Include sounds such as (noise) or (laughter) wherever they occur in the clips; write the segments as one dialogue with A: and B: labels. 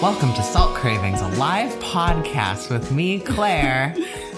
A: Welcome to Salt Cravings, a live podcast with me,
B: (laughs)
A: Claire.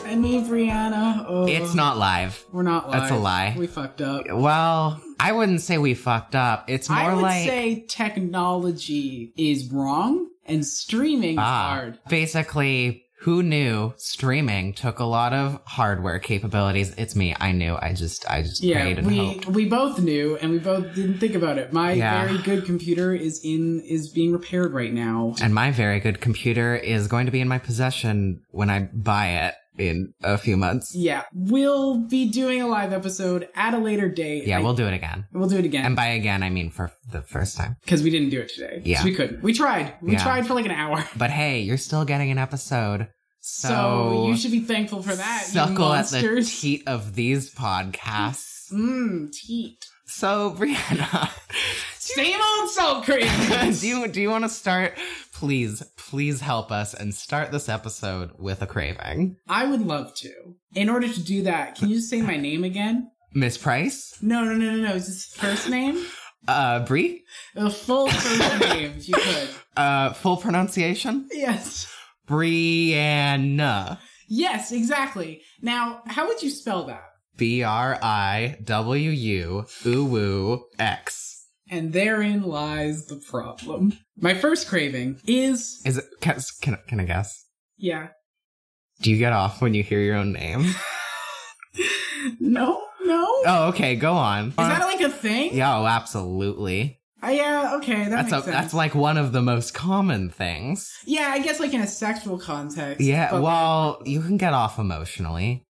B: I mean, Brianna. Oh,
A: it's not live.
B: We're not live.
A: That's a lie.
B: We fucked up.
A: Well, I wouldn't say we fucked up. It's more
B: I would
A: like
B: say technology is wrong and streaming
A: ah,
B: is hard.
A: basically who knew streaming took a lot of hardware capabilities. It's me. I knew. I just I just prayed
B: Yeah,
A: and
B: we
A: hoped.
B: we both knew and we both didn't think about it. My
A: Yeah.
B: very good computer is in is being repaired right now.
A: And my very good computer is going to be in my possession when I buy it in a few months.
B: Yeah, we'll be doing a live episode at a later date.
A: Yeah,
B: I-
A: we'll do it again.
B: we'll do it
A: And
B: again
A: by again, I mean for the first time.
B: because we didn't do it today.
A: Yeah.
B: So we couldn't. We tried. We
A: Yeah.
B: tried for like an hour. (laughs)
A: But hey, you're still getting an episode. So,
B: So, you should be thankful for that. you
A: suckle at the
B: monsters.
A: teat of these podcasts.
B: Mmm, teat.
A: So Brianna, (laughs)
B: Same old salt (laughs) cravings.
A: do you do you want to start? Please, please help us and start this episode with a craving.
B: I would love to. In order to do that, can you just say my name again?
A: Miss Price,
B: No, no, no, no, no. Is this first name?
A: uh, Brie,
B: (laughs) A full first name, if you could.
A: uh, full pronunciation,
B: Yes.
A: Brianna,
B: Yes, exactly. Now, how would you spell that?
A: B R I W U U woo X.
B: And therein lies the problem. My first craving is
A: Is it? Can, can can I guess?
B: yeah.
A: Do you get off when you hear your own name? (laughs)
B: No, no.
A: Oh, okay. Go on.
B: Is that like a thing?
A: Yeah, oh, absolutely.
B: Uh, yeah. Okay, that
A: that's
B: makes
A: a,
B: sense.
A: that's like one of the most common things.
B: yeah, I guess like in a sexual context.
A: Yeah,
B: but
A: well, you can get off
B: (laughs)
A: emotionally.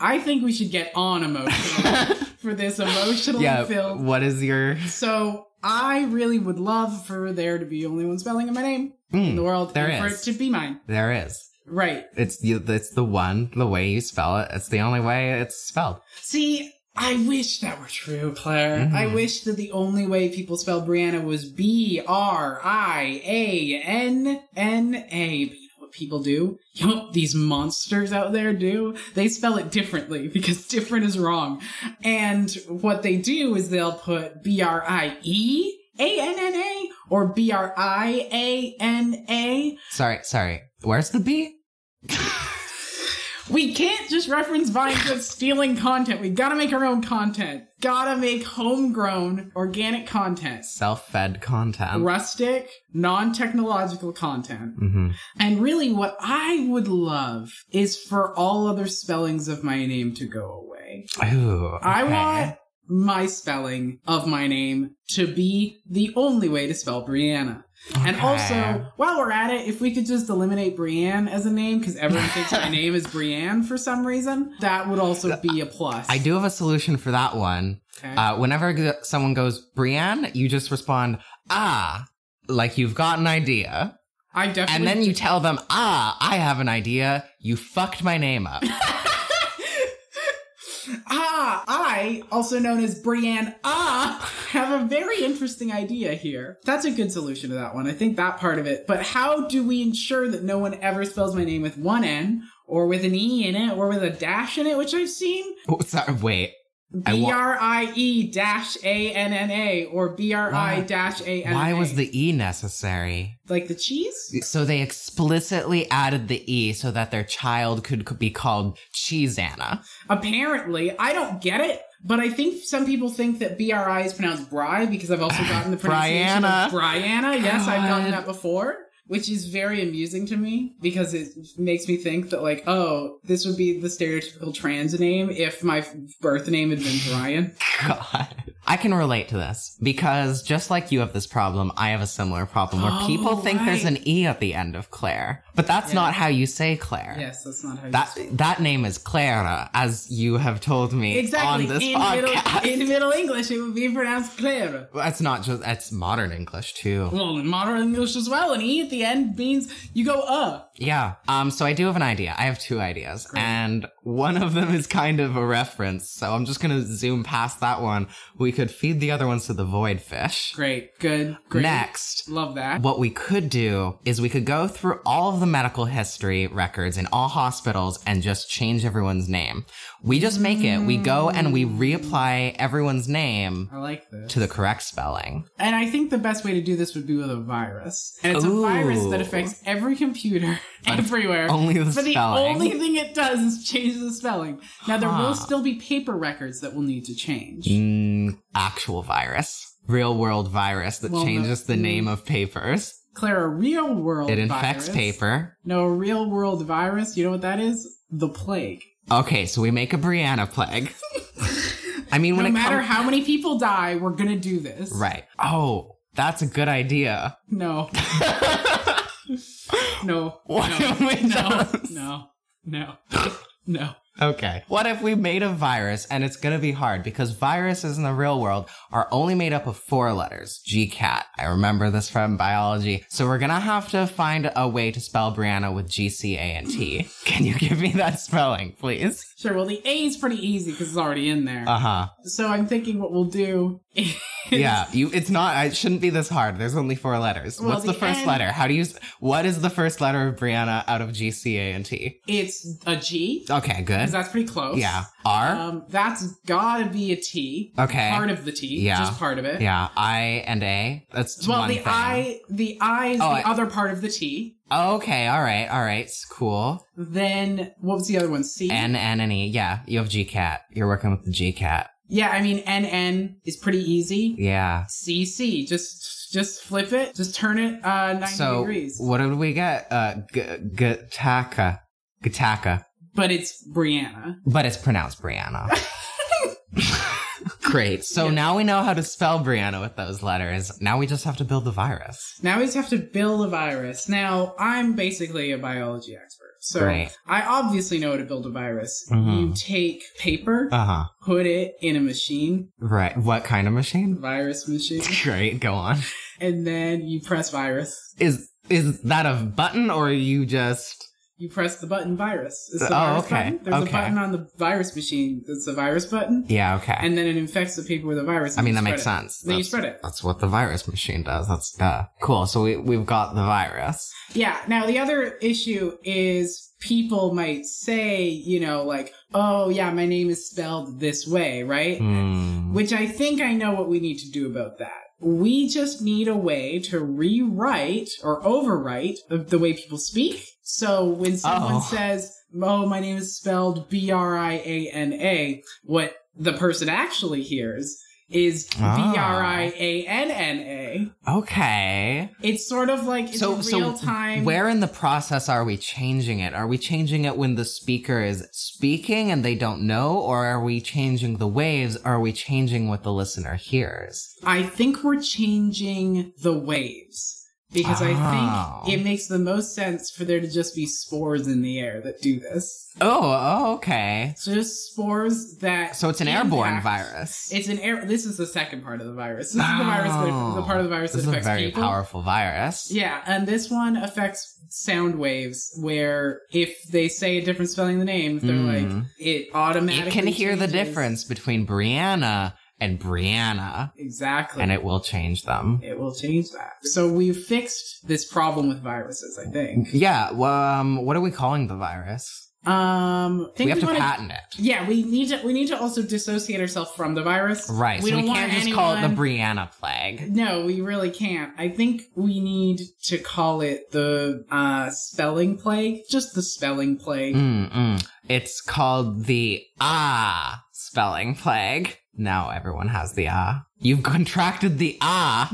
B: I think we should get on (laughs) emotional for this emotionally
A: yeah.
B: filled
A: What is your?
B: So I really would love for there to be only one spelling of my name in
A: Mm,
B: the world,
A: there
B: and for
A: is.
B: it to be mine.
A: there is.
B: Right.
A: It's you. It's the one. The way you spell it. It's the only way it's spelled.
B: See, I wish that were true, Claire.
A: Mhm.
B: I wish that the only way people spell Brianna was B R I A N N A. But you know what people do? You know what these monsters out there do? They spell it differently (laughs) because different is wrong. And what they do is they'll put B R I E A N N A or B R I A N A.
A: Sorry, sorry. Where's the B?
B: We can't just reference Vine Goods stealing content. We gotta make our own content. Gotta make homegrown organic content.
A: Self-fed content.
B: Rustic, non technological content.
A: hmm
B: And really, what I would love is for all other spellings of my name to go away.
A: Ooh.
B: I
A: okay.
B: want my spelling of my name to be the only way to spell Brianna. And
A: Okay.
B: also, while we're at it, if we could just eliminate Brienne as a name, because everyone
A: (laughs)
B: thinks my name is Brienne for some reason, that would also be a plus.
A: uh, I do have a solution for that one.
B: Okay.
A: Uh, whenever g- someone goes, Brienne, you just respond, ah, like you've got an idea.
B: I definitely.
A: And then you tell them, ah, I have an idea. You fucked my name
B: (laughs)
A: up.
B: ah, I, also known as Brienne, ah, have a very interesting idea here. That's a good solution to that one. I think that part of it. But how do we ensure that no one ever spells my name with one N or with an E in it or with a dash in it, which I've seen?
A: Oh, sorry, wait. I
B: B
A: wa-
B: R I E dash A N N A or B R I dash A N N A.
A: Why was the E necessary?
B: like the cheese?
A: So they explicitly added the E so that their child could c- be called Cheese
B: (laughs)
A: Anna.
B: Apparently, I don't get it, but I think some people think that B R I is pronounced Bri because I've also gotten the pronunciation
A: Brianna.
B: of Brianna. Yes, I've gotten
A: God.
B: that before. Which is very amusing to me because it makes me think that like, oh, this would be the stereotypical trans name if my birth name had been Brian.
A: God. I can relate to this because just like you have this problem, I have a similar problem where
B: Oh,
A: people think there's
B: right.
A: an E at the end of Claire, but that's
B: Yeah.
A: not how you say Claire.
B: Yes, that's not how you
A: That that name is Clara, as you have told me
B: exactly
A: on this
B: in
A: podcast.
B: middle in Middle English it would be pronounced Claire.
A: That's not just that's modern English too.
B: Well, in modern English as well, and E at the end means you go uh.
A: Yeah. Um. So I do have an idea. I have two ideas, and One of them is kind of a reference, so I'm just gonna zoom past that one. We could feed the other ones to the void fish.
B: Great. Good. Great.
A: Next,
B: Love that.
A: what we could do is we could go through all of the medical history records in all hospitals and just change everyone's name. We just make it. We go and we reapply everyone's name
B: I like this.
A: to the correct spelling.
B: And I think the best way to do this would be with a virus. And it's a virus that
A: Ooh.
B: affects every computer (laughs) everywhere.
A: Only the
B: But the
A: spelling.
B: only thing it does is change the spelling. Now there
A: Huh.
B: will still be paper records that we'll need to change.
A: Mm, actual virus, real world virus that
B: Well, mm. no.
A: changes the name of papers.
B: Claire, a real world
A: It infects
B: Oh, virus-
A: paper.
B: No, a real world virus. You know what that is? The plague.
A: Okay, so we make a Brianna
B: (laughs)
A: plague. I mean, when
B: no
A: it
B: matter
A: comes,
B: how many people die, we're gonna do this.
A: right? Oh, that's a good idea. (laughs)
B: No. no.
A: Why
B: no.
A: don't we
B: No.
A: just-
B: No. No. No.
A: Okay. What if we made a virus and it's gonna be hard because viruses in the real world are only made up of four letters. GCAT. I remember this from biology. So we're gonna have to find a way to spell Brianna with G C A N T. Can you give me that spelling, please?
B: Sure. Well, the A is pretty easy because it's already in there.
A: Uh huh.
B: so I'm thinking what we'll do. Is,
A: Yeah. You. It's not. It shouldn't be this hard. There's only four letters.
B: Well,
A: What's the,
B: the
A: first
B: N-
A: letter? How do you? s- What is the first letter of Brianna out of G C A N T?
B: It's a G.
A: Okay. Good.
B: 'cause that's pretty close.
A: yeah. R.
B: Um, that's gotta be a T.
A: okay.
B: Part of the T.
A: Yeah.
B: Just part of it.
A: yeah. I and A. That's
B: Well,
A: one
B: the
A: thing.
B: I, the I is
A: Oh,
B: the
A: I-
B: other part of the T.
A: Okay, all right, all right, it's cool.
B: Then what was the other one? C.
A: N, N, and E. Yeah, you have GCAT. You're working with the GCAT.
B: Yeah, I mean N N is pretty easy.
A: Yeah.
B: C C just just flip it, just turn it uh, ninety
A: so,
B: degrees.
A: what did we get? Uh, G- Gataka. Gataka.
B: But it's Brianna.
A: But it's pronounced
B: (laughs)
A: Brianna. Great. So
B: Yeah.
A: now we know how to spell Brianna with those letters. Now we just have to build the virus.
B: Now we just have to build a virus. Now I'm basically a biology expert, so
A: Right.
B: I obviously know how to build a virus.
A: Mhm.
B: You take paper,
A: Uh huh.
B: put it in a machine,
A: Right. What kind of machine?
B: virus machine,
A: Great. Go on.
B: and then you press virus.
A: Is is that a button or you just?
B: You press the button virus. It's the
A: Oh,
B: virus
A: okay.
B: button. There's
A: Okay.
B: a button on the virus machine that's the virus button,
A: Yeah. Okay.
B: and then it infects the paper with a virus.
A: I
B: and
A: mean
B: you
A: that
B: spread
A: makes
B: it.
A: sense.
B: Then you
A: That's-
B: spread it.
A: That's what the virus machine does. That's duh. Cool. So we we've got the virus.
B: Yeah. Now the other issue is people might say, you know, like, oh yeah, my name is spelled this way, right?
A: Hmm.
B: Which I think I know what we need to do about that. We just need a way to rewrite or overwrite the, the way people speak. So when someone
A: Oh.
B: says, oh, my name is spelled B R I A N A, what the person actually hears is B
A: Ah.
B: R I A N N A.
A: Okay.
B: It's sort of like it's
A: So
B: a
A: so
B: real time.
A: where in the process are we changing it? Are we changing it when the speaker is speaking and they don't know, or are we changing the waves? Are we changing what the listener hears?
B: I think we're changing the waves because
A: Oh.
B: I think it makes the most sense for there to just be spores in the air that do this.
A: Oh, oh, okay.
B: So just spores that.
A: So it's an airborne
B: impact-
A: virus.
B: It's an air. This is the second part of the virus. This is the virus. That,
A: Oh.
B: the part of the virus
A: This is
B: that
A: a
B: affects
A: very
B: people.
A: powerful virus.
B: Yeah, and this one affects sound waves where if they say a different spelling of the name, if they're
A: Mm.
B: like it automatically.
A: It can hear the
B: changes.
A: difference between Brianna and Brianna.
B: Exactly.
A: and it will change them.
B: it will change that. So we've fixed this problem with viruses, I think.
A: Yeah. Well, um, what are we calling the virus?
B: Um, I think
A: We have to
B: wanna-
A: patent it,
B: Yeah, we need to. We need to also dissociate ourselves from the virus.
A: right?
B: We
A: so
B: don't
A: we can't
B: want
A: just call it the
B: anyone-
A: Brianna plague.
B: No, we really can't. I think we need to call it the uh, spelling plague. Just the spelling plague.
A: Mm-mm. It's called the ah spelling plague. Now everyone has the ah. You've contracted the ah.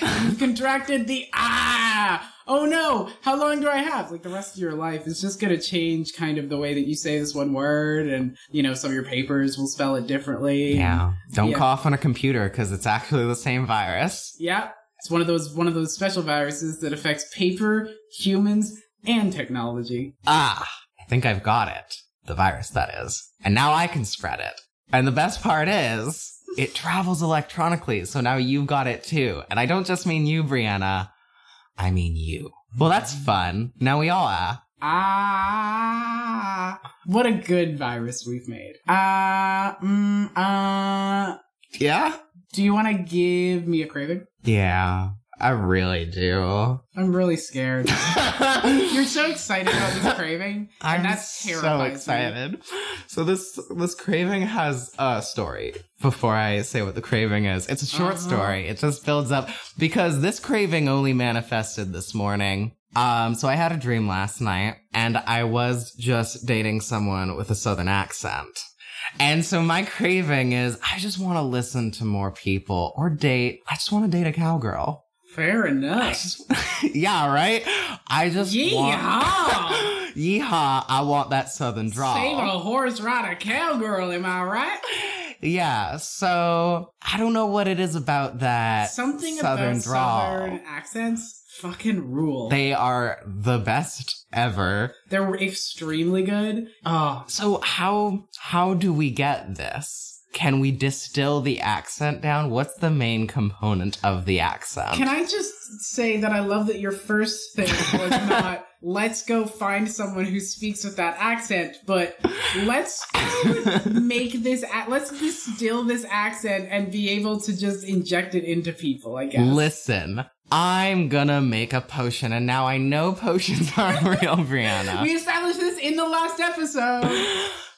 B: You've contracted the ah. Oh no! How long do I have? Like the rest of your life is just gonna change, kind of the way that you say this one word, and you know some of your papers will spell it differently.
A: Yeah. Don't
B: Yeah.
A: cough on a computer because it's actually the same virus.
B: Yeah. It's one of those one of those special viruses that affects paper, humans, and technology.
A: Ah, I think I've got it. The virus, that is. And now I can spread it. And the best part is, it travels electronically. So now you've got it too. And I don't just mean you, Brianna. I mean you. Well, that's fun. Now we all are.
B: Ah, what a good virus we've made. Ah, mm, ah.
A: Yeah?
B: Do you want to give me a craving?
A: Yeah. I really do.
B: I'm
A: (laughs)
B: really scared. You're so excited about this craving.
A: I'm
B: that's
A: so
B: terrifies me.
A: excited. So this this craving has a story. Before I say what the craving is, it's a short
B: Uh-huh.
A: story. It just builds up because this craving only manifested this morning. Um, so I had a dream last night, and I was just dating someone with a southern accent. And so my craving is I just want to listen to more people or date. I just want to date a cowgirl. (laughs)
B: Fair
A: I
B: enough.
A: just, yeah, right? I just want.
B: Yeehaw!
A: Yeehaw, I want that southern draw.
B: Save a horse, ride a cowgirl, am I right?
A: Yeah, so I don't know what it is about that
B: Something
A: southern
B: about
A: draw.
B: southern accents fucking rule. They-
A: They are the best ever.
B: are extremely good. Oh,
A: So how how do we get this? Can we distill the accent down? What's the main component of the accent?
B: Can I just say that I love that your first thing
A: (laughs)
B: was not let's go find someone who speaks with that accent, but let's make this a- let's distill this accent and be able to just inject it into people. I guess.
A: Listen, I'm gonna make a potion, and now I know potions (laughs) aren't real, Brianna.
B: we established this in the
A: (gasps)
B: last episode,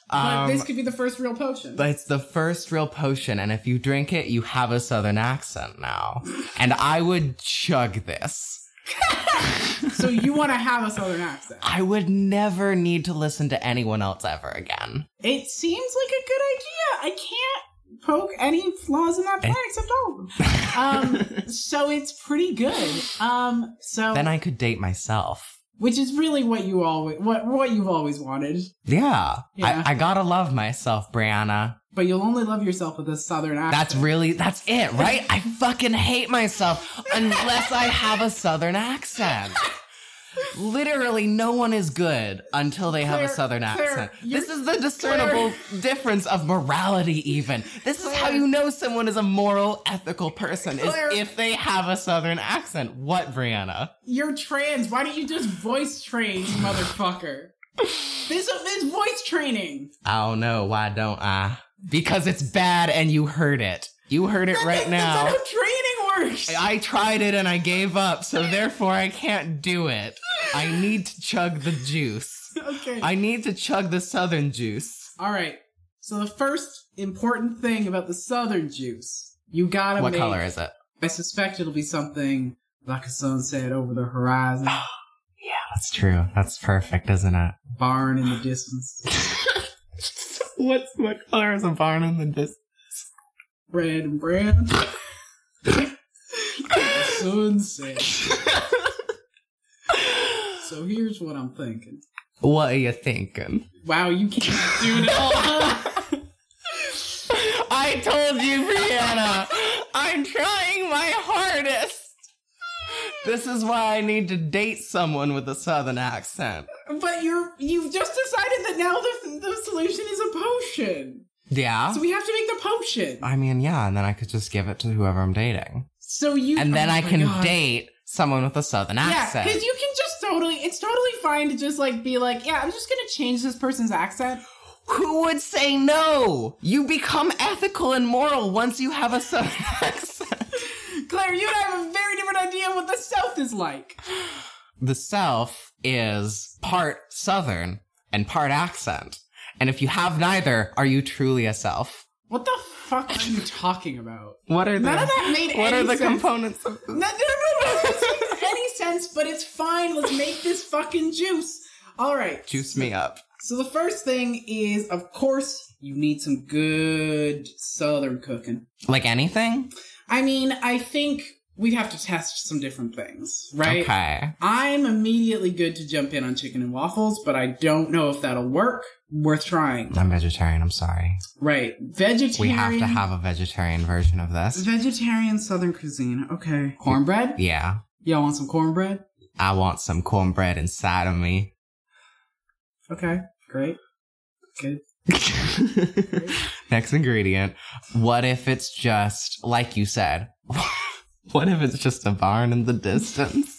B: but
A: Um,
B: this could be the first real potion.
A: But it's the first real potion, and if you drink it, you have a southern accent now. And I would chug this.
B: so you want to have a southern accent?
A: I would never need to listen to anyone else ever again.
B: It seems like a good idea. I can't poke any flaws in
A: Eh.
B: that plan except all of them.
A: (laughs)
B: Um, so it's pretty good. Um, so
A: Then I could date myself.
B: which is really what you always what what you've always wanted.
A: Yeah.
B: Yeah.
A: I, I gotta love myself, Brianna.
B: But you'll only love yourself with a southern accent.
A: That's really, that's it, right? I fucking hate myself unless I have a southern accent. Literally, no one is good until they have a
B: Claire-
A: southern
B: Claire,
A: accent.
B: you're-
A: This is the discernible difference of morality, even. This is how
B: Claire-
A: you know someone is a moral, ethical person,
B: Claire-
A: is if they have a southern accent. What, Brianna?
B: You're trans. Why don't you just voice train, you
A: (laughs)
B: motherfucker? This is voice training.
A: I don't know. Why don't I? Because it's bad and you heard it. You heard it right now.
B: That's not how training works.
A: I tried it and I gave up, so therefore I can't do it. I need to chug the juice.
B: okay.
A: I need to chug the southern juice.
B: All right. So the first important thing about the southern juice, you gotta
A: What
B: make.
A: color is it?
B: I suspect it'll be something like a sunset over the horizon,
A: Yeah, that's true. That's perfect, isn't it?
B: barn in the distance,
A: What's (laughs) what color is a barn in the distance?
B: red and brown. The sunset. So here's what I'm thinking.
A: What are you thinking? (laughs)
B: Wow, you can't do it all.
A: I told you, Brianna. I'm trying my hardest. This is why I need to date someone with a southern accent.
B: But you're you've just decided that now the the solution is a potion.
A: Yeah.
B: So we have to make the potion.
A: I mean, yeah, and then I could just give it to whoever I'm dating.
B: So you
A: And then
B: oh
A: I
B: my
A: can
B: God.
A: date someone with a southern
B: Yeah,
A: accent.
B: because you can just totally, it's totally fine to just like be like, yeah, I'm just gonna change this person's accent.
A: Who would say no? You become ethical and moral once you have a southern (laughs) accent.
B: Claire, you and I have a very different idea of what the South is like.
A: The South is part southern and part accent. And if you have neither, are you truly a self?
B: What the fuck are you talking about?
A: What are the,
B: None of that made
A: what
B: any
A: are the
B: sense.
A: components of
B: No, no, no, no, it doesn't make any sense, but it's fine. Let's make this fucking juice. All right.
A: Juice me up.
B: So the first thing is, of course, you need some good Southern cooking.
A: Like anything?
B: I mean, I think we'd have to test some different things, right?
A: Okay.
B: I'm immediately good to jump in on chicken and waffles, but I don't know if that'll work. Worth trying.
A: I'm vegetarian, I'm sorry.
B: Right. Vegetarian.
A: We have to have a vegetarian version of this.
B: Vegetarian Southern cuisine. Okay. Cornbread?
A: Yeah.
B: Y'all want some cornbread?
A: I want some cornbread inside of me.
B: Okay. Great. Good.
A: Next ingredient. What if it's just, like you said, (laughs) what if it's just a barn in the distance?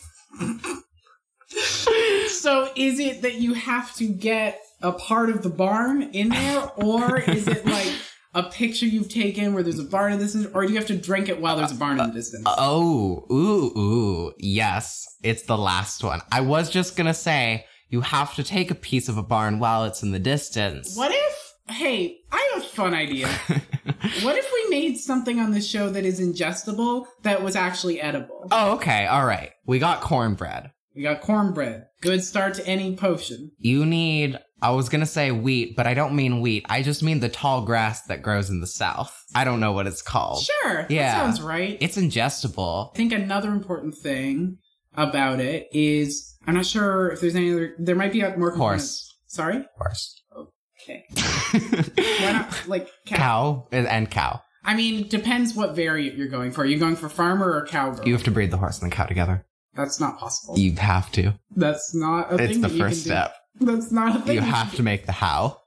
B: So (laughs) So is it that you have to get a part of the barn in there, or is it like a picture you've taken where there's a barn in the distance, or do you have to drink it while there's a barn in the distance?
A: Oh, ooh, ooh. Yes, it's the last one. I was just gonna say you have to take a piece of a barn while it's in the distance.
B: What if? Hey, I have a fun idea. what if we made something on the show that is ingestible that was actually edible?
A: Oh, okay, all right. We got cornbread.
B: We got cornbread. Good start to any potion.
A: You need, I was gonna say wheat, but I don't mean wheat. I just mean the tall grass that grows in the south. I don't know what it's called.
B: Sure.
A: Yeah.
B: That sounds right.
A: It's ingestible.
B: I think another important thing about it is I'm not sure if there's any other. There might be like, more components. Sorry.
A: Of course.
B: Okay. Why not like
A: (laughs)
B: cow?
A: cow and- and cow.
B: I mean, it depends what variant you're going for. Are you going for farmer or cowgirl?
A: You have to breed the horse and the cow together.
B: That's not possible.
A: You have to.
B: That's not a
A: It's
B: thing.
A: the
B: that you
A: first
B: can do.
A: step.
B: That's not a thing.
A: You
B: that
A: have to make the how.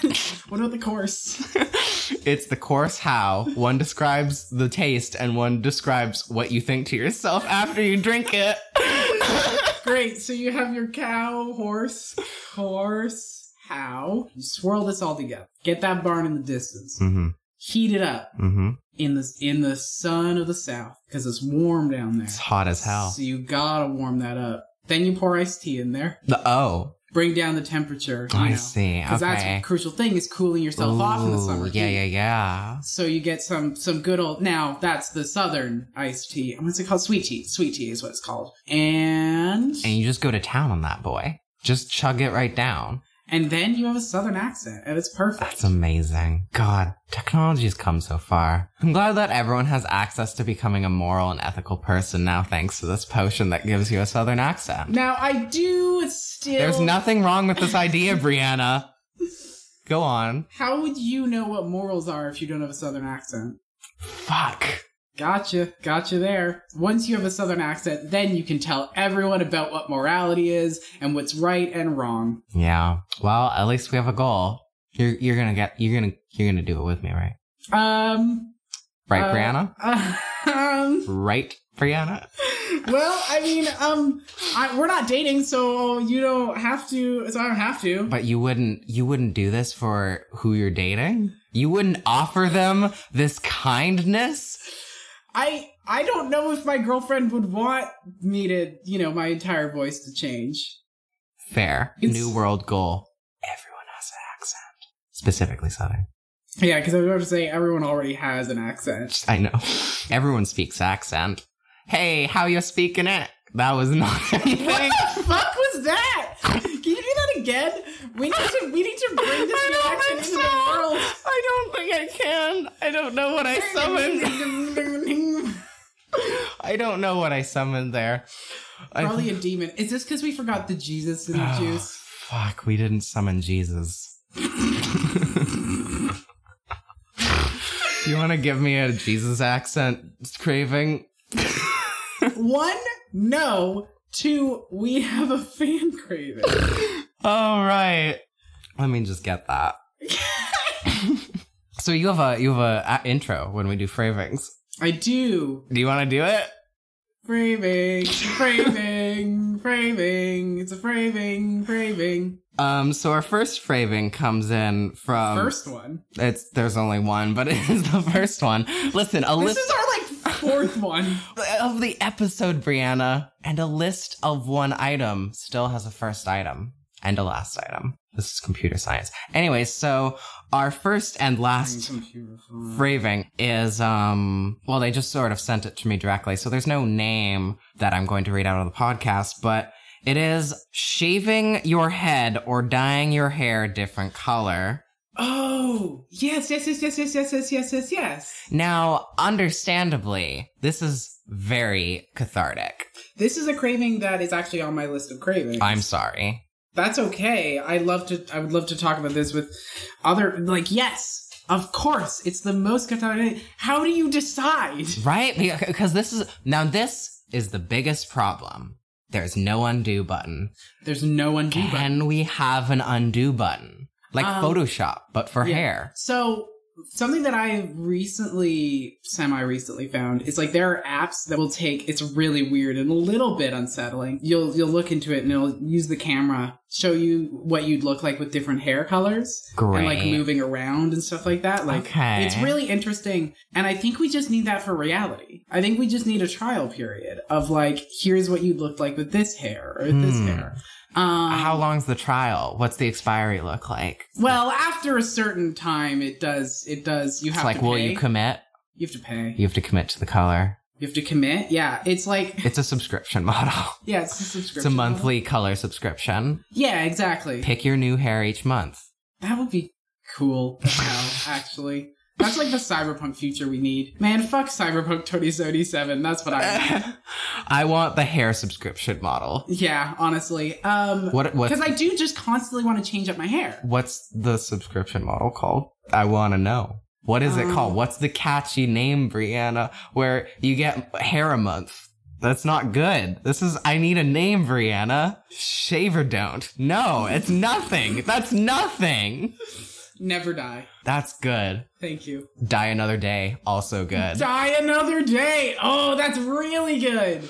B: can- (laughs) What about
A: (laughs)
B: the course?
A: It's the course how. One describes the taste and one describes what you think to yourself after you drink
B: (laughs)
A: it.
B: Great. So you have your cow, horse, horse, how? You swirl this all together. Get that barn in the distance.
A: mm-hmm.
B: Heat it up.
A: Mm-hmm.
B: in the in the sun of the south because it's warm down there.
A: It's hot as hell.
B: So you gotta warm that up. Then you pour iced tea in there.
A: The O.
B: Bring down the temperature. You
A: I
B: know,
A: see.
B: Because that's
A: Okay.
B: a crucial thing is cooling yourself off in the summer.
A: Ooh, Yeah,
B: heat.
A: yeah, yeah.
B: So you get some some good old now that's the southern iced tea. What's it called? Sweet tea. Sweet tea is what it's called. And
A: And you just go to town on that boy. Just chug it right down.
B: and then you have a southern accent and it's perfect.
A: That's amazing. God, technology's come so far. I'm glad that everyone has access to becoming a moral and ethical person now thanks to this potion that gives you a southern accent.
B: Now I do still
A: There's nothing wrong with this idea, Brianna. Go on.
B: How would you know what morals are if you don't have a southern accent?
A: Fuck.
B: Gotcha, gotcha there. Once you have a southern accent, then you can tell everyone about what morality is and what's right and wrong.
A: Yeah. Well, at least we have a goal. You're you're gonna get you're gonna you're gonna do it with me, right?
B: Um, (laughs)
A: Right,
B: Uh,
A: Brianna?
B: um,
A: Right, Brianna?
B: well, I mean, um, I, we're not dating, so you don't have to, so I don't have to.
A: But you wouldn't you wouldn't do this for who you're dating? You wouldn't offer them this kindness?
B: I, I don't know if my girlfriend would want me to, you know, my entire voice to change.
A: Fair.
B: It's-
A: New world goal. Everyone has an accent. Specifically Southern.
B: Yeah, because I was about to say everyone already has an accent.
A: I know. Everyone speaks accent. Hey, how you speaking it? That was not (laughs) anything.
B: What the fuck was that? Can you do that again? We need to we need to bring this reaction into
A: I don't think I can. I don't know what I summoned.
B: the world.
A: I don't know what I summoned there. I-
B: (laughs) Probably a demon. Is this because we forgot the Jesus in the
A: Oh,
B: juice?
A: Fuck, we didn't summon Jesus. (laughs) you want to give me a Jesus accent craving?
B: One, no. Two, we have a fan craving. Oh,
A: All right. Let me just get that. (laughs) so you have a you have a, a intro when we do cravings.
B: I do.
A: Do you want to do it?
B: Framing, framing, framing. It's a framing, framing.
A: Um, so our first fraving comes in from
B: First one.
A: It's there's only one, but (laughs) it is the first one. Listen, a
B: This
A: list
B: is our like fourth one.
A: of the episode, Brianna, and a list of one item still has a first item and a last item. This is computer science. Anyway, so our first and last
B: Computer science.
A: Raving is um well they just sort of sent it to me directly so there's no name that I'm going to read out on the podcast but it is shaving your head or dyeing your hair different color.
B: Oh, yes, yes, yes, yes, yes, yes, yes, yes, yes, yes.
A: Now, understandably, this is very cathartic.
B: This is a craving that is actually on my list of cravings.
A: I'm sorry.
B: That's okay. I love to. I would love to talk about this with other. Like, yes, of course, it's the most cathartic. How do you decide?
A: Right? Because this is now this is the biggest problem. There's no undo button.
B: There's no undo button.
A: Can we have an undo button? Like
B: Um,
A: Photoshop, but for
B: yeah.
A: hair.
B: So something that I recently, semi recently found is like there are apps that will take. It's really weird and a little bit unsettling. You'll you'll look into it and it'll use the camera show you what you'd look like with different hair colors and like
A: Great.
B: moving around and stuff like that. Like
A: Okay.
B: it's really interesting, and I think we just need that for reality. I think we just need a trial period of like here's what you looked like with this hair or with this
A: Hmm.
B: hair. Um,
A: How long's the trial? What's the expiry look like?
B: Well, after a certain time, it does. It does. You have
A: It's like,
B: to pay.
A: will you commit?
B: You have to pay.
A: You have to commit to the color.
B: You have to commit. Yeah, it's like
A: It's a subscription (laughs) model.
B: yeah, it's a subscription.
A: It's a monthly color subscription.
B: Yeah, exactly.
A: Pick your new hair each
B: (laughs)
A: month.
B: That would be cool.
A: (laughs)
B: as hell, actually, that's like the cyberpunk future we need. Man, fuck cyberpunk 2077. That's
A: (laughs)
B: what I. want.
A: I want the hair subscription model.
B: yeah, honestly. Um,
A: What what
B: because I do just constantly want to change up my hair.
A: what's the subscription model called? I want to know. What is it
B: Um,
A: called? What's the catchy name, Brianna, where you get hair a month? That's not good. This is I need a name, Brianna. Shave or don't. No, it's nothing. That's nothing.
B: Never die.
A: That's good.
B: Thank you.
A: Die another day, also good.
B: Die another day. Oh, that's really good.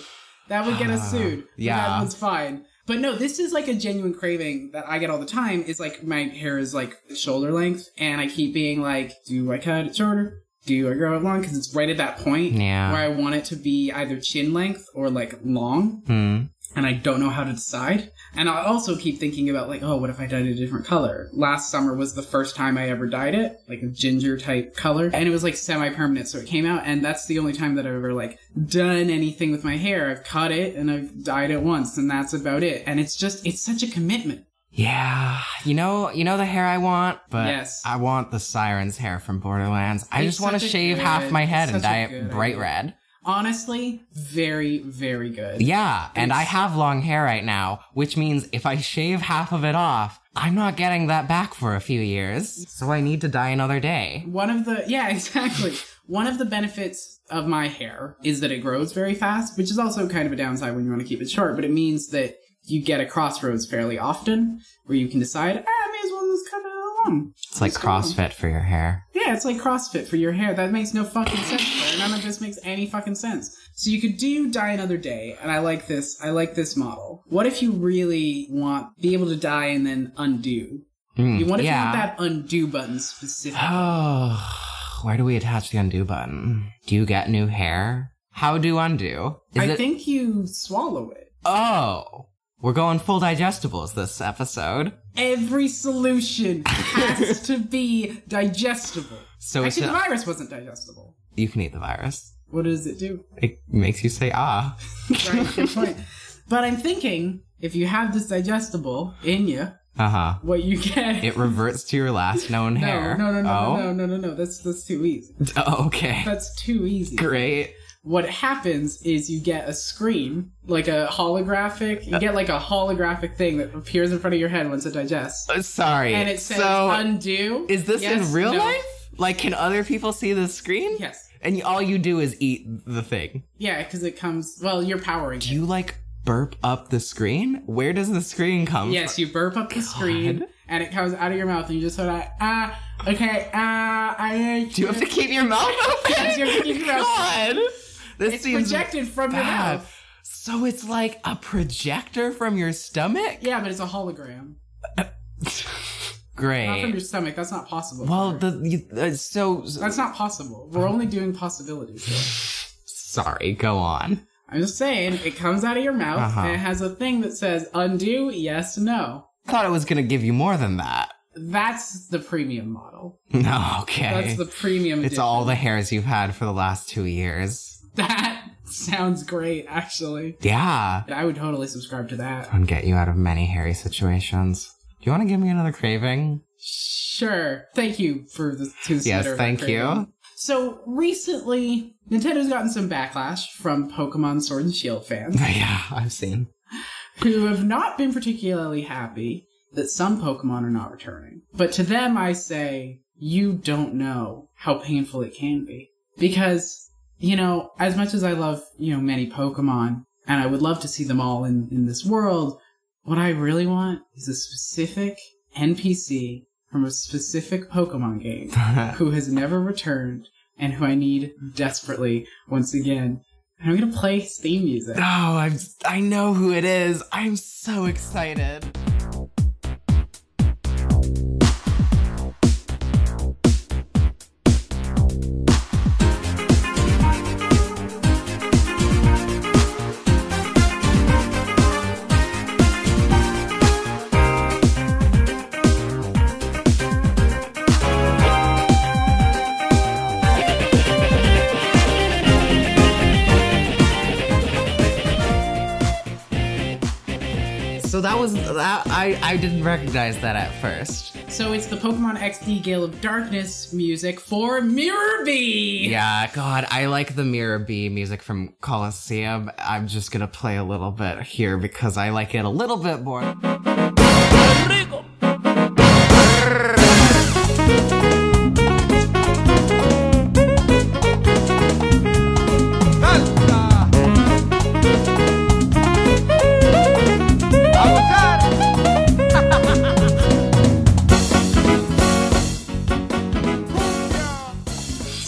B: That would get
A: (sighs)
B: us sued.
A: Yeah.
B: that was fine. But no, this is like a genuine craving that I get all the time. Is like my hair is like shoulder length, and I keep being like, do I cut it shorter? Do I grow it long? Because it's right at that point
A: Yeah.
B: where I want it to be either chin length or like long,
A: Hmm.
B: and I don't know how to decide. And I also keep thinking about like, oh, what if I dyed it a different color? Last summer was the first time I ever dyed it, like a ginger type color, and it was like semi permanent. So it came out, and that's the only time that I've ever like done anything with my hair. I've cut it and I've dyed it once, and that's about it. And it's just, it's such a commitment.
A: Yeah. You know, you know the hair I want, but
B: Yes.
A: I want the siren's hair from Borderlands. I
B: It's
A: just want to
B: such a
A: shave
B: good-
A: half my head and
B: such a
A: dye it
B: good
A: bright
B: idea.
A: red.
B: Honestly, very, very good.
A: Yeah, and I
B: It's-
A: have long hair right now, which means if I shave half of it off, I'm not getting that back for a few years. So I need to dye another day.
B: One of the yeah, (laughs) exactly. One of the benefits of my hair is that it grows very fast, which is also kind of a downside when you want to keep it short, but it means that you get a crossroads fairly often where you can decide, ah, I may as well just cut it along.
A: It's like
B: Just go on.
A: CrossFit for your hair.
B: Yeah, it's like CrossFit for your hair. That makes no fucking sense. Claire. None of this makes any fucking sense. So you could do dye another day, and I like this. I like this model. What if you really want be able to dye and then undo?
A: Mm,
B: You want if
A: yeah.
B: you want that undo button specifically?
A: Oh, (sighs) where do we attach the undo button? Do you get new hair? How do undo? Is
B: I
A: it?
B: think you swallow it.
A: oh, we're going full digestibles this episode.
B: Every solution has
A: (laughs)
B: to be digestible.
A: So it's
B: Actually, the
A: a-
B: virus wasn't digestible.
A: you can eat the virus.
B: What does it do?
A: It makes you say ah.
B: Right,
A: (laughs)
B: good point. But I'm thinking, if you have this digestible in you,
A: Uh huh.
B: what you get?
A: It reverts to your last known
B: (laughs) no,
A: hair.
B: no, no, no,
A: oh.
B: no, no, no, no. That's that's
A: (laughs)
B: too easy.
A: Oh, okay.
B: That's too easy.
A: Great.
B: What happens is you get a screen, like a holographic. You get like a holographic thing that appears in front of your head once it digests,
A: Uh, Sorry.
B: and it says
A: so
B: undo.
A: is this
B: Yes,
A: in real
B: no.
A: life? Like, can other people see the screen?
B: Yes.
A: And all you do is eat the thing.
B: Yeah, because it comes. Well, you're powering.
A: Do
B: it.
A: you like burp up the screen? Where does the screen come
B: Yes, you burp up the screen,
A: God.
B: and it comes out of your mouth, and you just sort of ah okay ah I.
A: from? Do you have to keep your mouth open?
B: Yes, (laughs) you have to keep your mouth
A: God. This
B: It's
A: seems
B: projected from your
A: bad.
B: mouth.
A: So it's like a projector from your stomach?
B: Yeah, but it's a hologram. Not from
A: Great.
B: your stomach. That's not possible.
A: Eh. Well, the you, uh, so
B: that's not possible. We're only doing possibilities. here.
A: sorry. Go on.
B: I'm just saying, it comes out of your mouth,
A: Uh-huh.
B: and it has a thing that says undo. Yes, no.
A: Thought I was gonna give you more than that. (laughs)
B: That's the premium model.
A: No, okay.
B: That's the premium.
A: It's
B: edition.
A: all the hairs you've had for the last two years.
B: (laughs) That sounds great, actually.
A: Yeah.
B: I would totally subscribe to that.
A: And get you out of many hairy situations. Do you want to give me another craving?
B: Sure. Thank you for the two.
A: Yes,
B: sitter
A: thank
B: recording.
A: you.
B: So recently, Nintendo's gotten some backlash from Pokemon Sword and Shield fans
A: (laughs) yeah, I've seen.
B: who have not been particularly happy that some Pokemon are not returning. But to them, I say, you don't know how painful it can be. Because, you know, as much as I love, you know, many Pokemon, and I would love to see them all in, in this world, what I really want is a specific NPC from a specific Pokemon game who has never returned and who I need desperately once again. And I'm gonna play his theme music.
A: Oh, I'm, I know who it is. I'm so excited. So that was that. I I didn't recognize that at first.
B: So it's the Pokemon XD Gale of Darkness music for Mirror Bee!
A: Yeah, God, I like the Mirror B music from Colosseum. I'm just gonna play a little bit here because I like it a little bit more.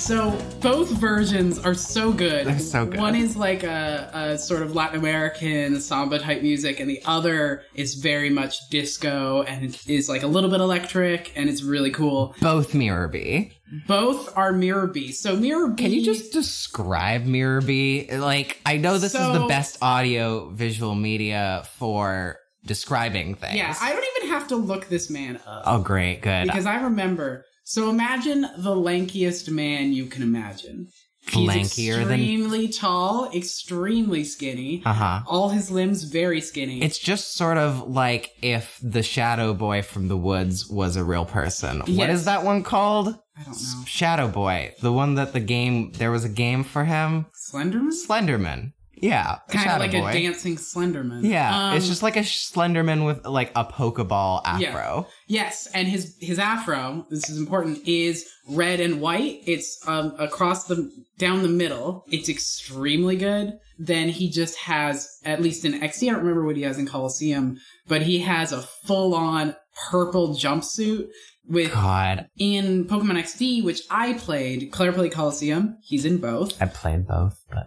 B: So both versions are so good.
A: They're so good.
B: One is like a, a sort of Latin American samba type music, and the other is very much disco and it is like a little bit electric, and it's really cool.
A: Both Mirror B.
B: Both are Mirror B. So Mirror B.
A: Can you just describe Mirror B? Like, I know this is the
B: So-
A: best audio visual media for describing things.
B: Yeah, I don't even have to look this man up
A: oh, great, good.
B: because I remember. So imagine the lankiest man you can imagine. He's
A: Lankier than.
B: extremely tall, extremely skinny.
A: Uh huh.
B: All his limbs very skinny.
A: It's just sort of like if the shadow boy from the woods was a real person. What
B: Yes.
A: is that one called?
B: I don't know.
A: Shadow Boy. The one that the game, there was a game for him.
B: Slenderman?
A: Slenderman. Yeah.
B: kind of
A: Shadow
B: like
A: Boy.
B: a dancing Slenderman.
A: Yeah.
B: Um,
A: it's just like a Slenderman with like a Pokeball
B: Yeah.
A: afro.
B: yes, and his his afro. This is important. Is red and white. It's um across the down the middle. It's extremely good. Then he just has at least in XD. I don't remember what he has in Coliseum, but he has a full on purple jumpsuit with
A: God,
B: in Pokemon XD, which I played. Claire played Coliseum. He's in both.
A: I played both, but.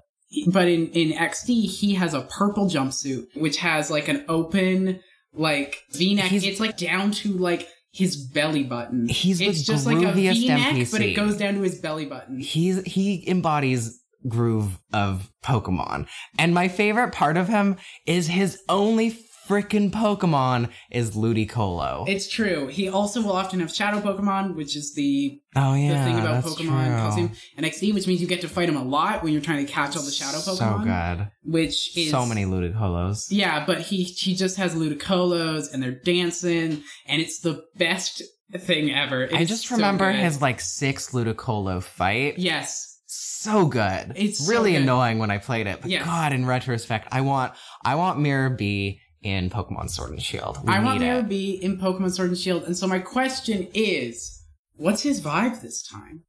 B: but in in XD he has a purple jumpsuit which has like an open like V-neck.
A: He's-
B: it's like down to like his belly button.
A: He's the
B: it's just like a
A: grooviest
B: V-neck, but
A: NPC.
B: it goes down to his belly button.
A: he's he embodies groove of Pokemon. And my favorite part of him is his only freaking Pokemon is Ludicolo.
B: It's true. He also will often have shadow Pokemon, which is the,
A: oh
B: the
A: yeah,
B: thing about
A: that's
B: Pokemon
A: true.
B: Coliseum and XD, which means you get to fight him a lot when you're trying to catch all the shadow Pokemon.
A: So good.
B: Which is
A: so many Ludicolos.
B: Yeah, but he he just has ludicolos and they're dancing and it's the best thing ever. It
A: I
B: is
A: just
B: so
A: remember
B: good.
A: his like six Ludicolo fight.
B: Yes,
A: So good.
B: It's so
A: really
B: good.
A: annoying when I played it, but
B: Yes.
A: God, in retrospect, I want I want Mirror B in Pokemon Sword and Shield. We
B: I
A: need
B: want
A: it.
B: Mirror B in Pokemon Sword and Shield. And so my question is, what's his vibe this
A: (sighs)
B: time?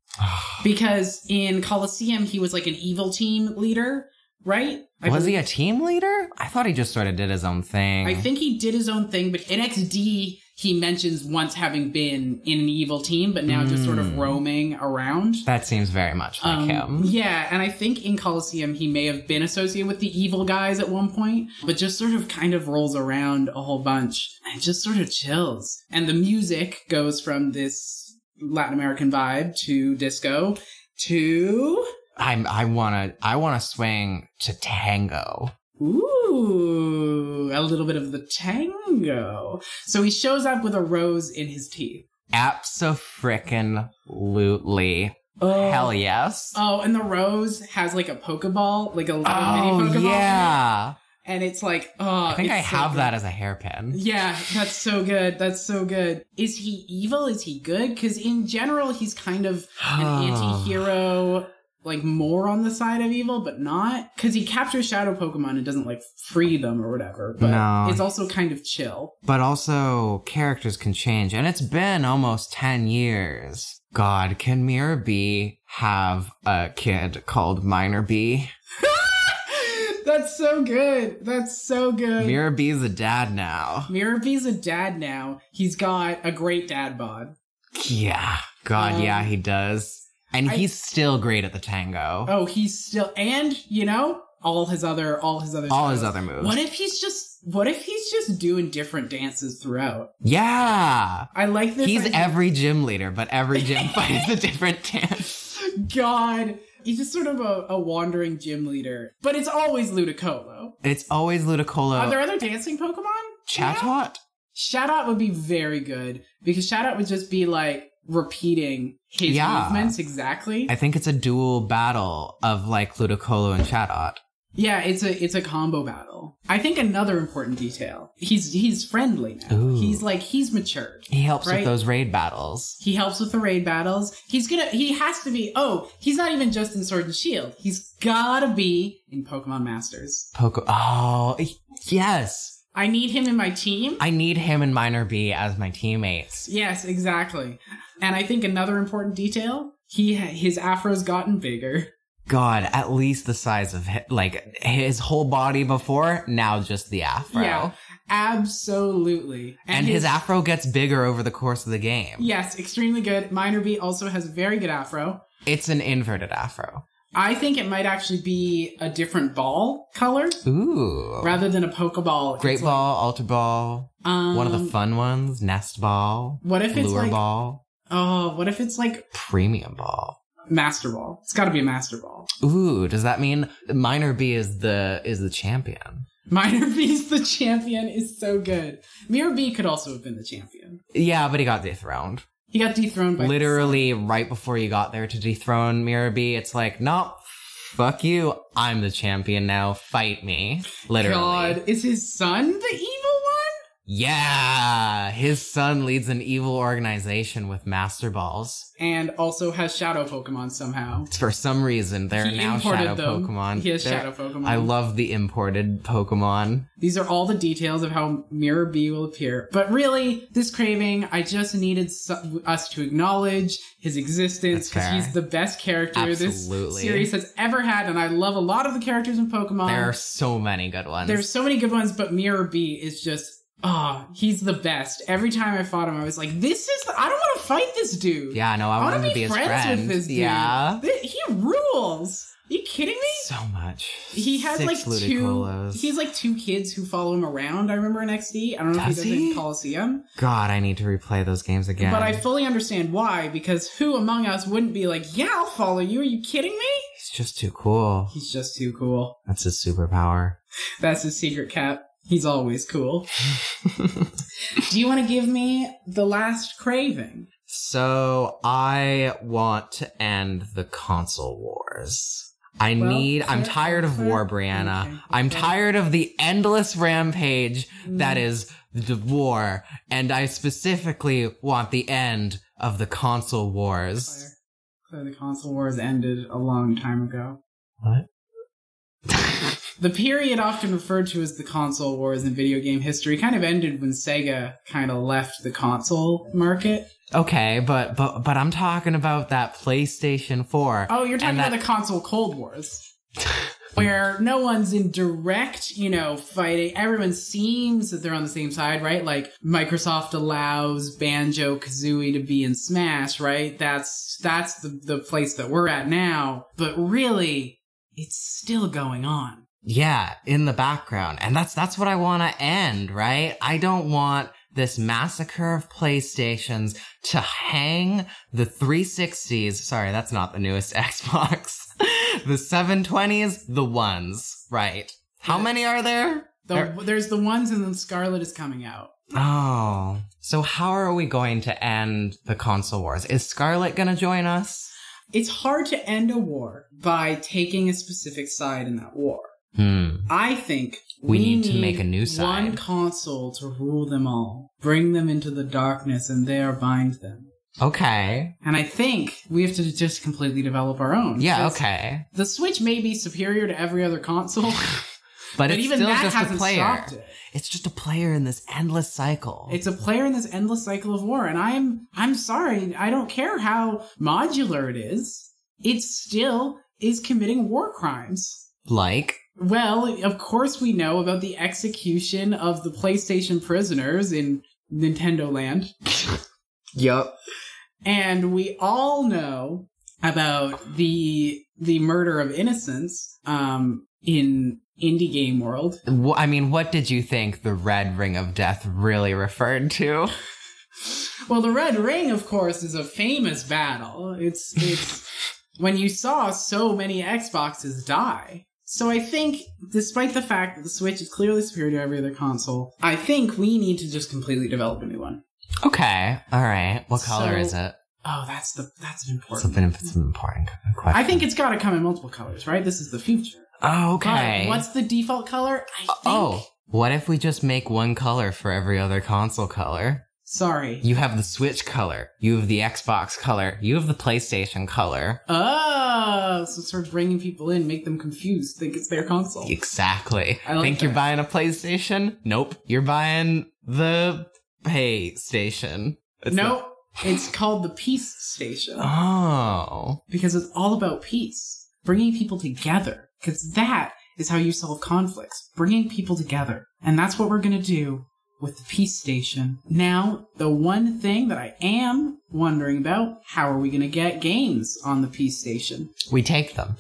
B: Because in Coliseum, he was like an evil team leader, right? I
A: was
B: believe-
A: he a team leader? I thought he just sort of did his own thing.
B: I think he did his own thing, but in XD, he mentions once having been in an evil team, but now just sort of
A: Mm.
B: roaming around.
A: That seems very much like
B: Um,
A: him.
B: Yeah, and I think in Coliseum he may have been associated with the evil guys at one point, but just sort of kind of rolls around a whole bunch and just sort of chills. And the music goes from this Latin American vibe to disco to
A: I'm, I wanna, I wanna swing to tango.
B: ooh, a little bit of the tango. So he shows up with a rose in his teeth.
A: Absolutely.
B: Oh.
A: Hell yes.
B: Oh, and the rose has like a pokeball, like a little mini
A: Oh,
B: pokeball.
A: yeah.
B: And it's like, oh,
A: I think
B: it's
A: I
B: so
A: have
B: good.
A: that as a hairpin.
B: Yeah, that's so good. That's so good. Is he evil? Is he good? Because in general, he's kind of an
A: (sighs)
B: anti-hero, like more on the side of evil, but not because he captures shadow Pokemon and doesn't like free them or whatever. But
A: No.
B: it's also kind of chill. (laughs)
A: But also, characters can change, and it's been almost 10 years. God, can Mira B have a kid called Minor B?
B: That's so good. That's so good.
A: Mira B's a dad now.
B: Mirabee's a dad now. He's got a great dad bod.
A: Yeah. God,
B: Um,
A: yeah, he does. And
B: I-
A: he's still great at the tango.
B: Oh, he's still and you know all his other all his other
A: All his
B: styles.
A: other moves.
B: What if he's just what if he's just doing different dances throughout?
A: yeah.
B: I like this.
A: He's
B: idea.
A: every gym leader, but every gym (laughs) finds a different dance.
B: God. He's just sort of a, a wandering gym leader, but it's always Ludicolo.
A: It's always Ludicolo.
B: Are there other dancing Pokemon? Yeah.
A: Chatot?
B: Shoutout would be very good because Shoutout would just be like repeating his
A: Yeah.
B: movements exactly.
A: I think it's a dual battle of like Ludicolo and Chatot.
B: yeah, it's a it's a combo battle. I think another important detail. He's he's friendly now.
A: Ooh.
B: He's like he's matured.
A: He helps
B: Right.
A: with those raid battles.
B: He helps with the raid battles. He's gonna he has to be oh, he's not even just in Sword and Shield. He's gotta be in Pokemon Masters.
A: Poco. Oh, yes.
B: I need him in my team.
A: I need him and Minor B as my teammates.
B: Yes, exactly. And I think another important detail, he his afro's gotten bigger.
A: God, at least the size of hi like his whole body before, now just the afro.
B: Yeah, absolutely.
A: And, his, afro gets bigger over the course of the game.
B: yes, extremely good. Minor B also has a very good afro.
A: It's an inverted afro.
B: I think it might actually be a different ball color
A: Ooh.
B: rather than a
A: Oh.
B: pokeball.
A: Great
B: It's like-
A: ball, altar ball,
B: um,
A: one of the fun ones, nest ball,
B: What if it's
A: lure
B: like
A: ball,
B: oh, what if it's like
A: premium ball.
B: master ball? It's got to be a master ball.
A: Ooh, does that mean minor B is the is the champion?
B: Minor (laughs) B's the champion is so good. Mirror B could also have been the champion.
A: Yeah, but he got dethroned.
B: He got dethroned by
A: Literally right before you got there to dethrone Mirror B, it's like, no, fuck you. I'm the champion now. Fight me. Literally.
B: God, is his son the evil one?
A: Yeah. His son leads an evil organization with master balls.
B: And also has shadow Pokemon somehow.
A: For some reason, they're
B: He
A: now
B: imported
A: shadow
B: them.
A: Pokemon.
B: He has
A: They're-
B: shadow Pokemon.
A: I love the imported Pokemon.
B: These are all the details of how Mirror B will appear. But really, this craving, I just needed so- us to acknowledge his
A: That's
B: existence because
A: fair.
B: he's the best character this
A: Absolutely.
B: series has ever had, and I love a lot of the characters in Pokemon.
A: There are so many good ones.
B: Um, There's so many good ones, but Mirror B is just. Ah, he's the best. Every time I fought him, I was like, "This is. The- I don't want to fight this dude.
A: yeah, no, I,
B: I
A: want
B: want
A: him
B: to be
A: his
B: friends
A: friend.
B: with this dude.
A: Yeah.
B: Th- he rules. Are you kidding me?
A: So much.
B: He has
A: Six
B: like
A: Ludicolos.
B: two. He's like two kids who follow him around. I remember in XD. I don't know
A: Does
B: if he does it
A: he?
B: in Coliseum,
A: God, I need to replay those games again.
B: but I fully understand why. Because who among us wouldn't be like, "Yeah, I'll follow you"? Are you kidding me?
A: He's just too cool.
B: He's just too cool.
A: That's his superpower.
B: That's his secret cap. He's always cool. Do you want to give me the last craving?
A: So I want to end the console wars. I
B: Well,
A: need. I'm
B: fair-
A: tired of
B: fair-
A: war, Brianna.
B: okay,
A: I'm
B: fair.
A: tired of the endless rampage that
B: Mm.
A: is the war, and I specifically want the end of the console wars.
B: Claire. Claire, the console wars ended a long time ago.
A: What?
B: The period often referred to as the console wars in video game history kind of ended when Sega kind of left the console market.
A: Okay, but but but I'm talking about that PlayStation 4.
B: Oh, you're talking
A: And that-
B: about the console
A: (laughs)
B: Cold Wars. Where no one's in direct, you know, fighting. Everyone seems that they're on the same side, right? Like Microsoft allows Banjo Kazooie to be in Smash, right? That's that's the the place that we're at now. But really, it's still going on.
A: Yeah, in the background. And that's that's what I want to end, right? I don't want this massacre of PlayStations to hang the 360s. Sorry, that's not the newest (laughs) Xbox. the 720s, the ones, right? How many are there?
B: The,
A: There-
B: There's the ones, and then Scarlet is coming out.
A: Oh. So how are we going to end the console wars? Is Scarlet going to join us?
B: It's hard to end a war by taking a specific side in that war.
A: Hmm.
B: I think
A: We need to make a new
B: One
A: side.
B: console to rule them all, bring them into the darkness, and there bind them.
A: Okay.
B: And I think we have to just completely develop our own.
A: Yeah,
B: Because
A: okay.
B: The Switch may be superior to every other console,
A: (laughs) But,
B: but
A: it's
B: even
A: still
B: that
A: just a
B: hasn't
A: player.
B: stopped it.
A: It's just a player in this endless cycle.
B: It's a player in this endless cycle of war, and I'm I'm sorry, I don't care how modular it is. It still is committing war crimes.
A: like
B: Well, of course we know about the execution of the PlayStation prisoners in Nintendo Land.
A: Yep.
B: And we all know about the the murder of innocents um, in indie game world.
A: Wh- I mean, what did you think the red ring of death really referred to?
B: Well, the Red Ring, of course, is a famous battle. It's
A: (laughs)
B: it's when you saw so many Xboxes die. So I think, despite the fact that the Switch is clearly superior to every other console, I think we need to just completely develop a new one.
A: Okay. All right. What color
B: So-
A: is it?
B: Oh, that's the that's an important.
A: Something it's an important question.
B: I think it's got to come in multiple colors, right? This is the future.
A: Oh,
B: But
A: okay.
B: what's the default color? I think.
A: oh, what if we just make one color for every other console color?
B: sorry.
A: You have the Switch color. You have the Xbox color. You have the PlayStation color.
B: Oh, so sort of bringing people in, make them confused, think it's their console.
A: Exactly.
B: I like
A: Think you're
B: that.
A: buying a PlayStation? Nope. You're buying the pay station. It's
B: no, it's called the Peace Station.
A: not- oh.
B: because it's all about peace, bringing people together. Because that is how you solve conflicts, bringing people together. And that's what we're going to do with the peace station. Now, the one thing that I am wondering about how are we going to get games on the peace station?
A: We take them.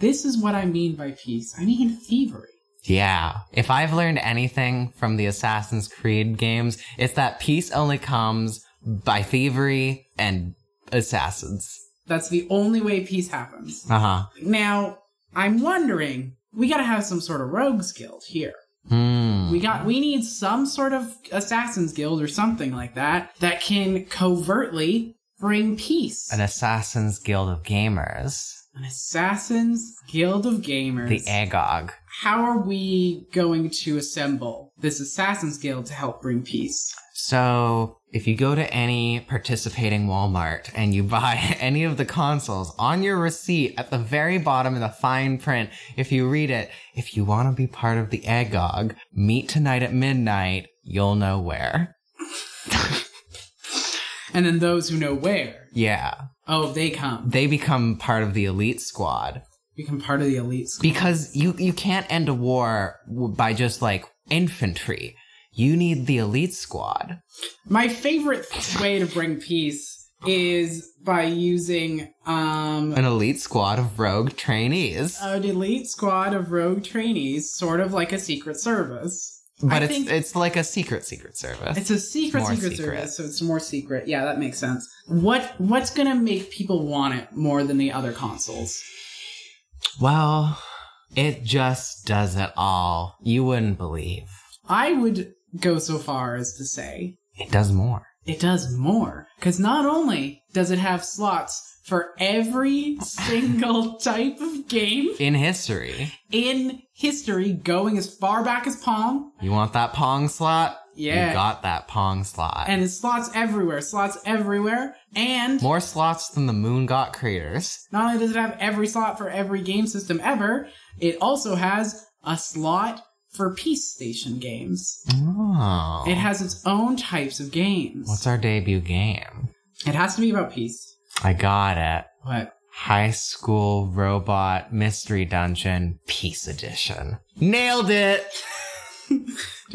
B: This is what I mean by peace. I mean thievery.
A: Yeah. If I've learned anything from the Assassin's Creed games, it's that peace only comes by thievery and assassins.
B: That's the only way peace happens.
A: Uh huh.
B: Now, I'm wondering, we got to have some sort of rogues guild here.
A: Hmm.
B: We got we need some sort of assassins guild or something like that that can covertly bring peace.
A: An Assassin's Guild of Gamers.
B: An assassins guild of gamers.
A: The Agog.
B: How are we going to assemble this assassins guild to help bring peace?
A: So, if you go to any participating Walmart and you buy (laughs) any of the consoles, on your receipt at the very bottom in the fine print, if you read it, if you want to be part of the Agog, meet tonight at midnight, you'll know where.
B: And then those who know where,
A: Yeah.
B: oh, they come
A: They become part of the elite squad
B: become part of the elite. School.
A: because you, you can't end a war w- by just like infantry. You need the elite squad.
B: My favorite way to bring peace is by using um
A: An elite squad of rogue trainees.
B: an elite squad of rogue trainees, sort of like a secret service.
A: But
B: I
A: it's
B: think-
A: it's like a secret secret service.
B: It's a secret,
A: More
B: secret,
A: secret.
B: service, so it's more secret. Yeah, that makes sense. What what's gonna make people want it more than the other consoles?
A: well, it just does it all. You wouldn't believe.
B: I would go so far as to say
A: It does more.
B: it does more because not only does it have slots for
A: (laughs)
B: every single type of game
A: In history,
B: in history, going as far back as Pong.
A: you want that Pong slot?
B: Yeah,
A: You got that Pong slot.
B: and it's slots everywhere, slots everywhere, and
A: more slots than the moon got craters.
B: Not only does it have every slot for every game system ever, it also has a slot for Peace Station games.
A: Oh.
B: It has its own types of games.
A: What's our debut game?
B: it has to be about peace.
A: I got it.
B: What?
A: High School Robot Mystery Dungeon Peace Edition. Nailed it!
B: Do you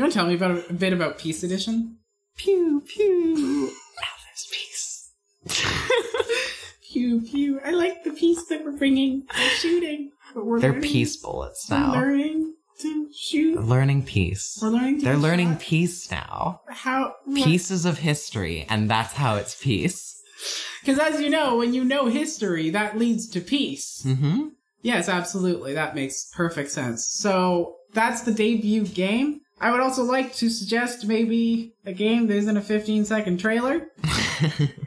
B: want to tell me about a bit about Peace Edition?
A: Pew pew. Now there's peace.
B: Pew pew. I like the peace that we're bringing. We're shooting, but we're
A: They're
B: learning-
A: peace bullets
B: We're
A: now.
B: learning to shoot.
A: Learning peace.
B: We're learning. To
A: They're
B: be
A: learning
B: shot.
A: peace now.
B: how
A: Pieces of history, and that's how it's peace.
B: Because as you know, when you know history, that leads to peace.
A: Mm-hmm.
B: Yes, absolutely. That makes perfect sense. So that's the debut game. I would also like to suggest maybe a game that isn't a 15 second trailer.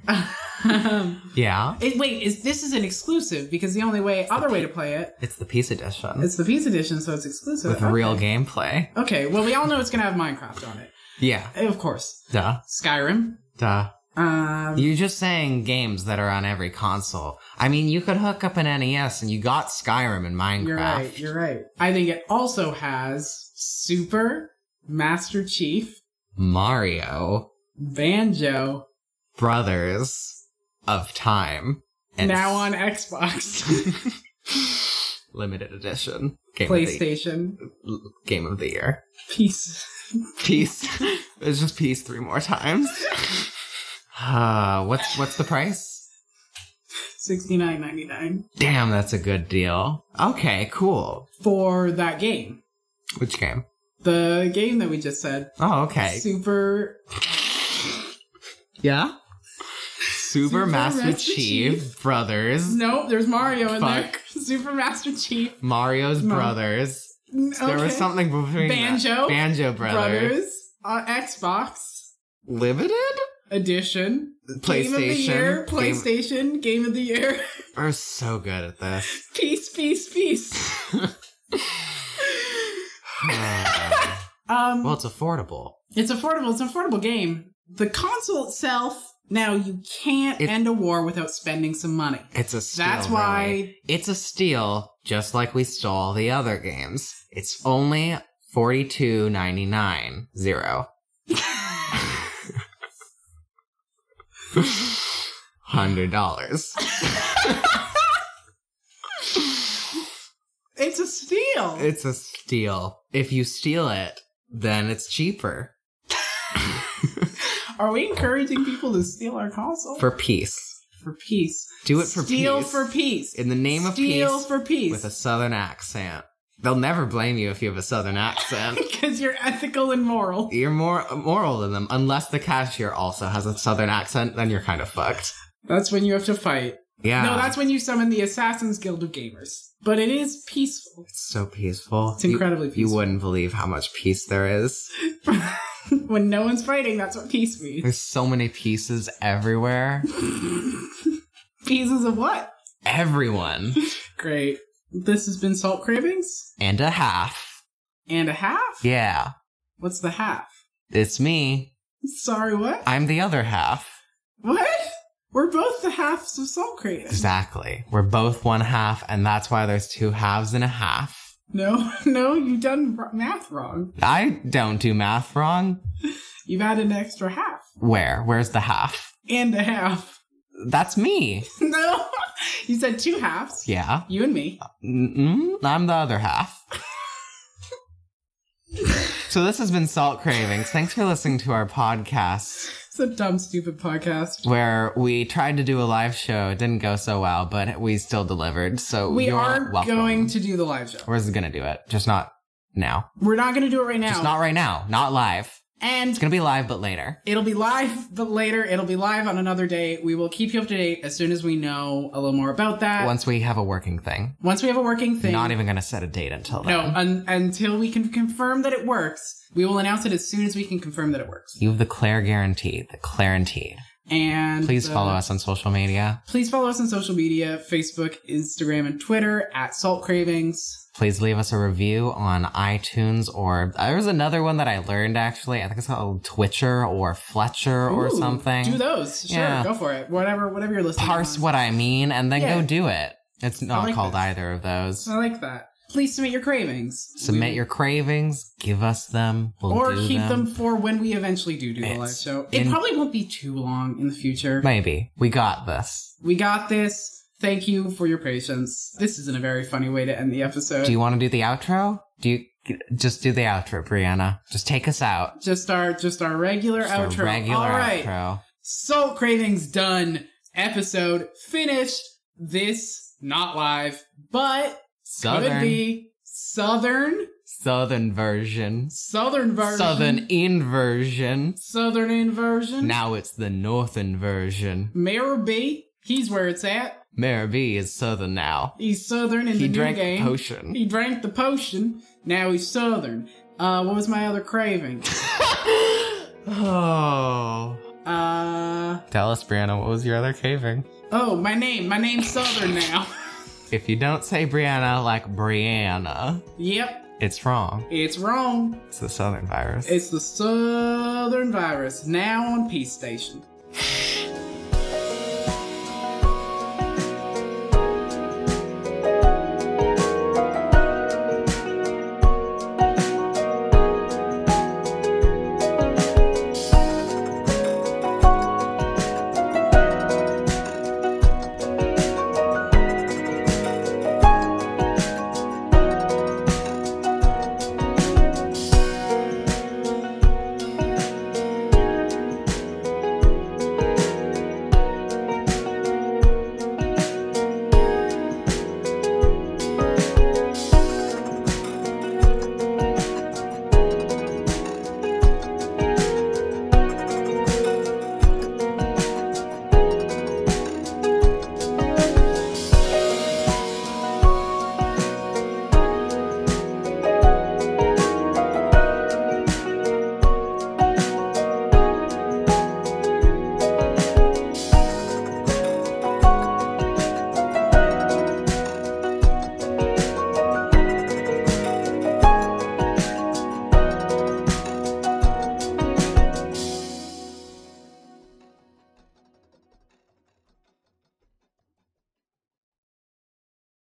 B: um,
A: (laughs) Yeah,
B: it, wait, is this is an exclusive because the only way, other way to play it,
A: it's the peace edition
B: it's the Peace Edition, so it's exclusive.
A: with
B: okay.
A: real gameplay.
B: Okay, well, we all know it's gonna have Minecraft on it, Eh,
A: Yeah,
B: of course.
A: duh,
B: Skyrim.
A: duh.
B: Um,
A: You're just saying games that are on every console. I mean, you could hook up an NES and you got Skyrim and Minecraft.
B: You're right. You're right. I think it also has Super Master Chief
A: Mario
B: Banjo
A: Brothers of Time. (laughs)
B: now on Xbox.
A: limited edition game
B: PlayStation.
A: of the game of the year.
B: Peace.
A: Peace. (laughs) it's just peace three more times. Uh, what's what's the price?
B: Sixty nine ninety nine
A: Damn, that's a good deal. Okay, cool.
B: for that game.
A: Which game?
B: The game that we just said.
A: Oh, okay.
B: Super
A: yeah. Super,
B: Super
A: Master,
B: Master
A: Chief, Brothers,
B: Nope, there's Mario in
A: Fuck.
B: there. (laughs) Super Master Chief.
A: Mario's
B: No.
A: Brothers.
B: Okay.
A: There was something between that.
B: Banjo.
A: Banjo Brothers,
B: Brothers. Uh, Xbox
A: Limited
B: Edition.
A: PlayStation.
B: Game of the year.
A: Game-
B: PlayStation. Game of the year. (laughs)
A: We're so good at this.
B: peace, peace, peace.
A: Uh,
B: Um,
A: well, it's affordable.
B: it's affordable. It's an affordable game. The console itself. Now you can't
A: It-
B: end a war without spending some money.
A: It's a steal.
B: That's why
A: really. It's a steal, just like we stole the other games. It's only forty two ninety nine
B: (laughs)
A: zero. (laughs) Hundred dollars.
B: it's a steal.
A: It's a steal. If you steal it, then it's cheaper
B: Are we encouraging people to steal our console
A: for peace.
B: For peace?
A: Do it for
B: steal
A: peace.
B: for peace.
A: In the name of
B: steal
A: peace,
B: for peace. (laughs)
A: with a southern accent. They'll never blame you if you have a southern
B: (laughs)
A: accent.
B: because you're ethical and moral.
A: you're more moral than them, unless the cashier also has a southern accent. Then you're kind of fucked.
B: That's when you have to fight.
A: Yeah,
B: No, that's when you summon the Assassin's Guild of Gamers. But it is peaceful.
A: it's so peaceful.
B: It's incredibly
A: You, you
B: peaceful.
A: wouldn't believe how much peace there is.
B: (laughs) when no one's fighting, that's what
A: (laughs)
B: peace means.
A: There's so many pieces
B: (laughs)
A: everywhere.
B: Pieces of what?
A: Everyone
B: Great. This has been Salt Cravings
A: and a half.
B: and a half.
A: Yeah,
B: What's the half?
A: it's me.
B: Sorry, what?
A: I'm the other half.
B: What? We're both the halves of Salt Cravings.
A: Exactly. We're both one half, and that's why there's two halves and a half.
B: No, (laughs) no, you've done r- math wrong.
A: I don't do math wrong.
B: You've added an extra half
A: Where? Where's the half?
B: and a half. (laughs)
A: That's me.
B: No, (laughs) you said two halves.
A: Yeah.
B: You and me.
A: Mm-mm, I'm the other half. so this has been Salt Cravings. Thanks for listening to our podcast
B: It's a dumb, stupid podcast.
A: where we tried to do a live show. It didn't go so well, but we still delivered. So
B: We
A: you're
B: are
A: welcome.
B: going to do the live show.
A: We're just gonna do it, just not now.
B: We're not going to do it right now.
A: Just not right now. Not live.
B: and
A: It's gonna be live, but later.
B: it'll be live, but later it'll be live on another day. We will keep you up to date as soon as we know a little more about that.
A: Once we have a working thing.
B: Once we have a working thing.
A: Not even gonna set a date until then.
B: no, un- until we can confirm that it works, we will announce it as soon as we can confirm that it works.
A: You have the Claire guarantee. The guarantee.
B: And
A: Please
B: uh,
A: follow us on social media.
B: Please follow us on social media: Facebook, Instagram, and Twitter at Salt Cravings.
A: please leave us a review on iTunes or there was another one that I learned actually. I think it's called Twitcher or Fletcher or
B: Ooh,
A: something.
B: Do those. Sure,
A: Yeah.
B: go for it. Whatever, whatever you're listening.
A: Parse
B: on.
A: what I mean and then
B: Yeah.
A: go do it. It's not
B: like
A: called
B: this. Uh,
A: either of those.
B: I like that. Please submit your cravings.
A: Submit your cravings, give us them, we'll
B: or
A: do
B: keep them. for when we eventually do do the live
A: It's
B: show. It
A: in-
B: probably won't be too long in the future.
A: Maybe. We got this.
B: We got this. Thank you for your patience. This isn't a very funny way to end the episode.
A: Do you want to do the outro? Do you just do the outro, Brianna? Just take us out.
B: just our just our regular
A: Just a
B: outro.
A: regular
B: All right.
A: outro.
B: Salt cravings done. Episode finished. This not live, but could
A: Southern
B: be southern
A: Southern version.
B: southern version.
A: Southern inversion.
B: Southern inversion.
A: Now it's the northern version.
B: Mayor B, he's where it's at.
A: Mary B is southern now.
B: He's southern in
A: he
B: the
A: drank
B: new game.
A: the potion.
B: He drank the potion. Now he's southern. Uh, what was my other craving?
A: (laughs) (laughs) oh.
B: uh,
A: Tell us, Brianna, what was your other caving?
B: oh, my name. My name's southern now. (laughs)
A: If you don't say Brianna like Brianna,
B: yep,
A: it's wrong.
B: it's wrong.
A: It's the southern virus.
B: It's the southern virus now on Peace Station.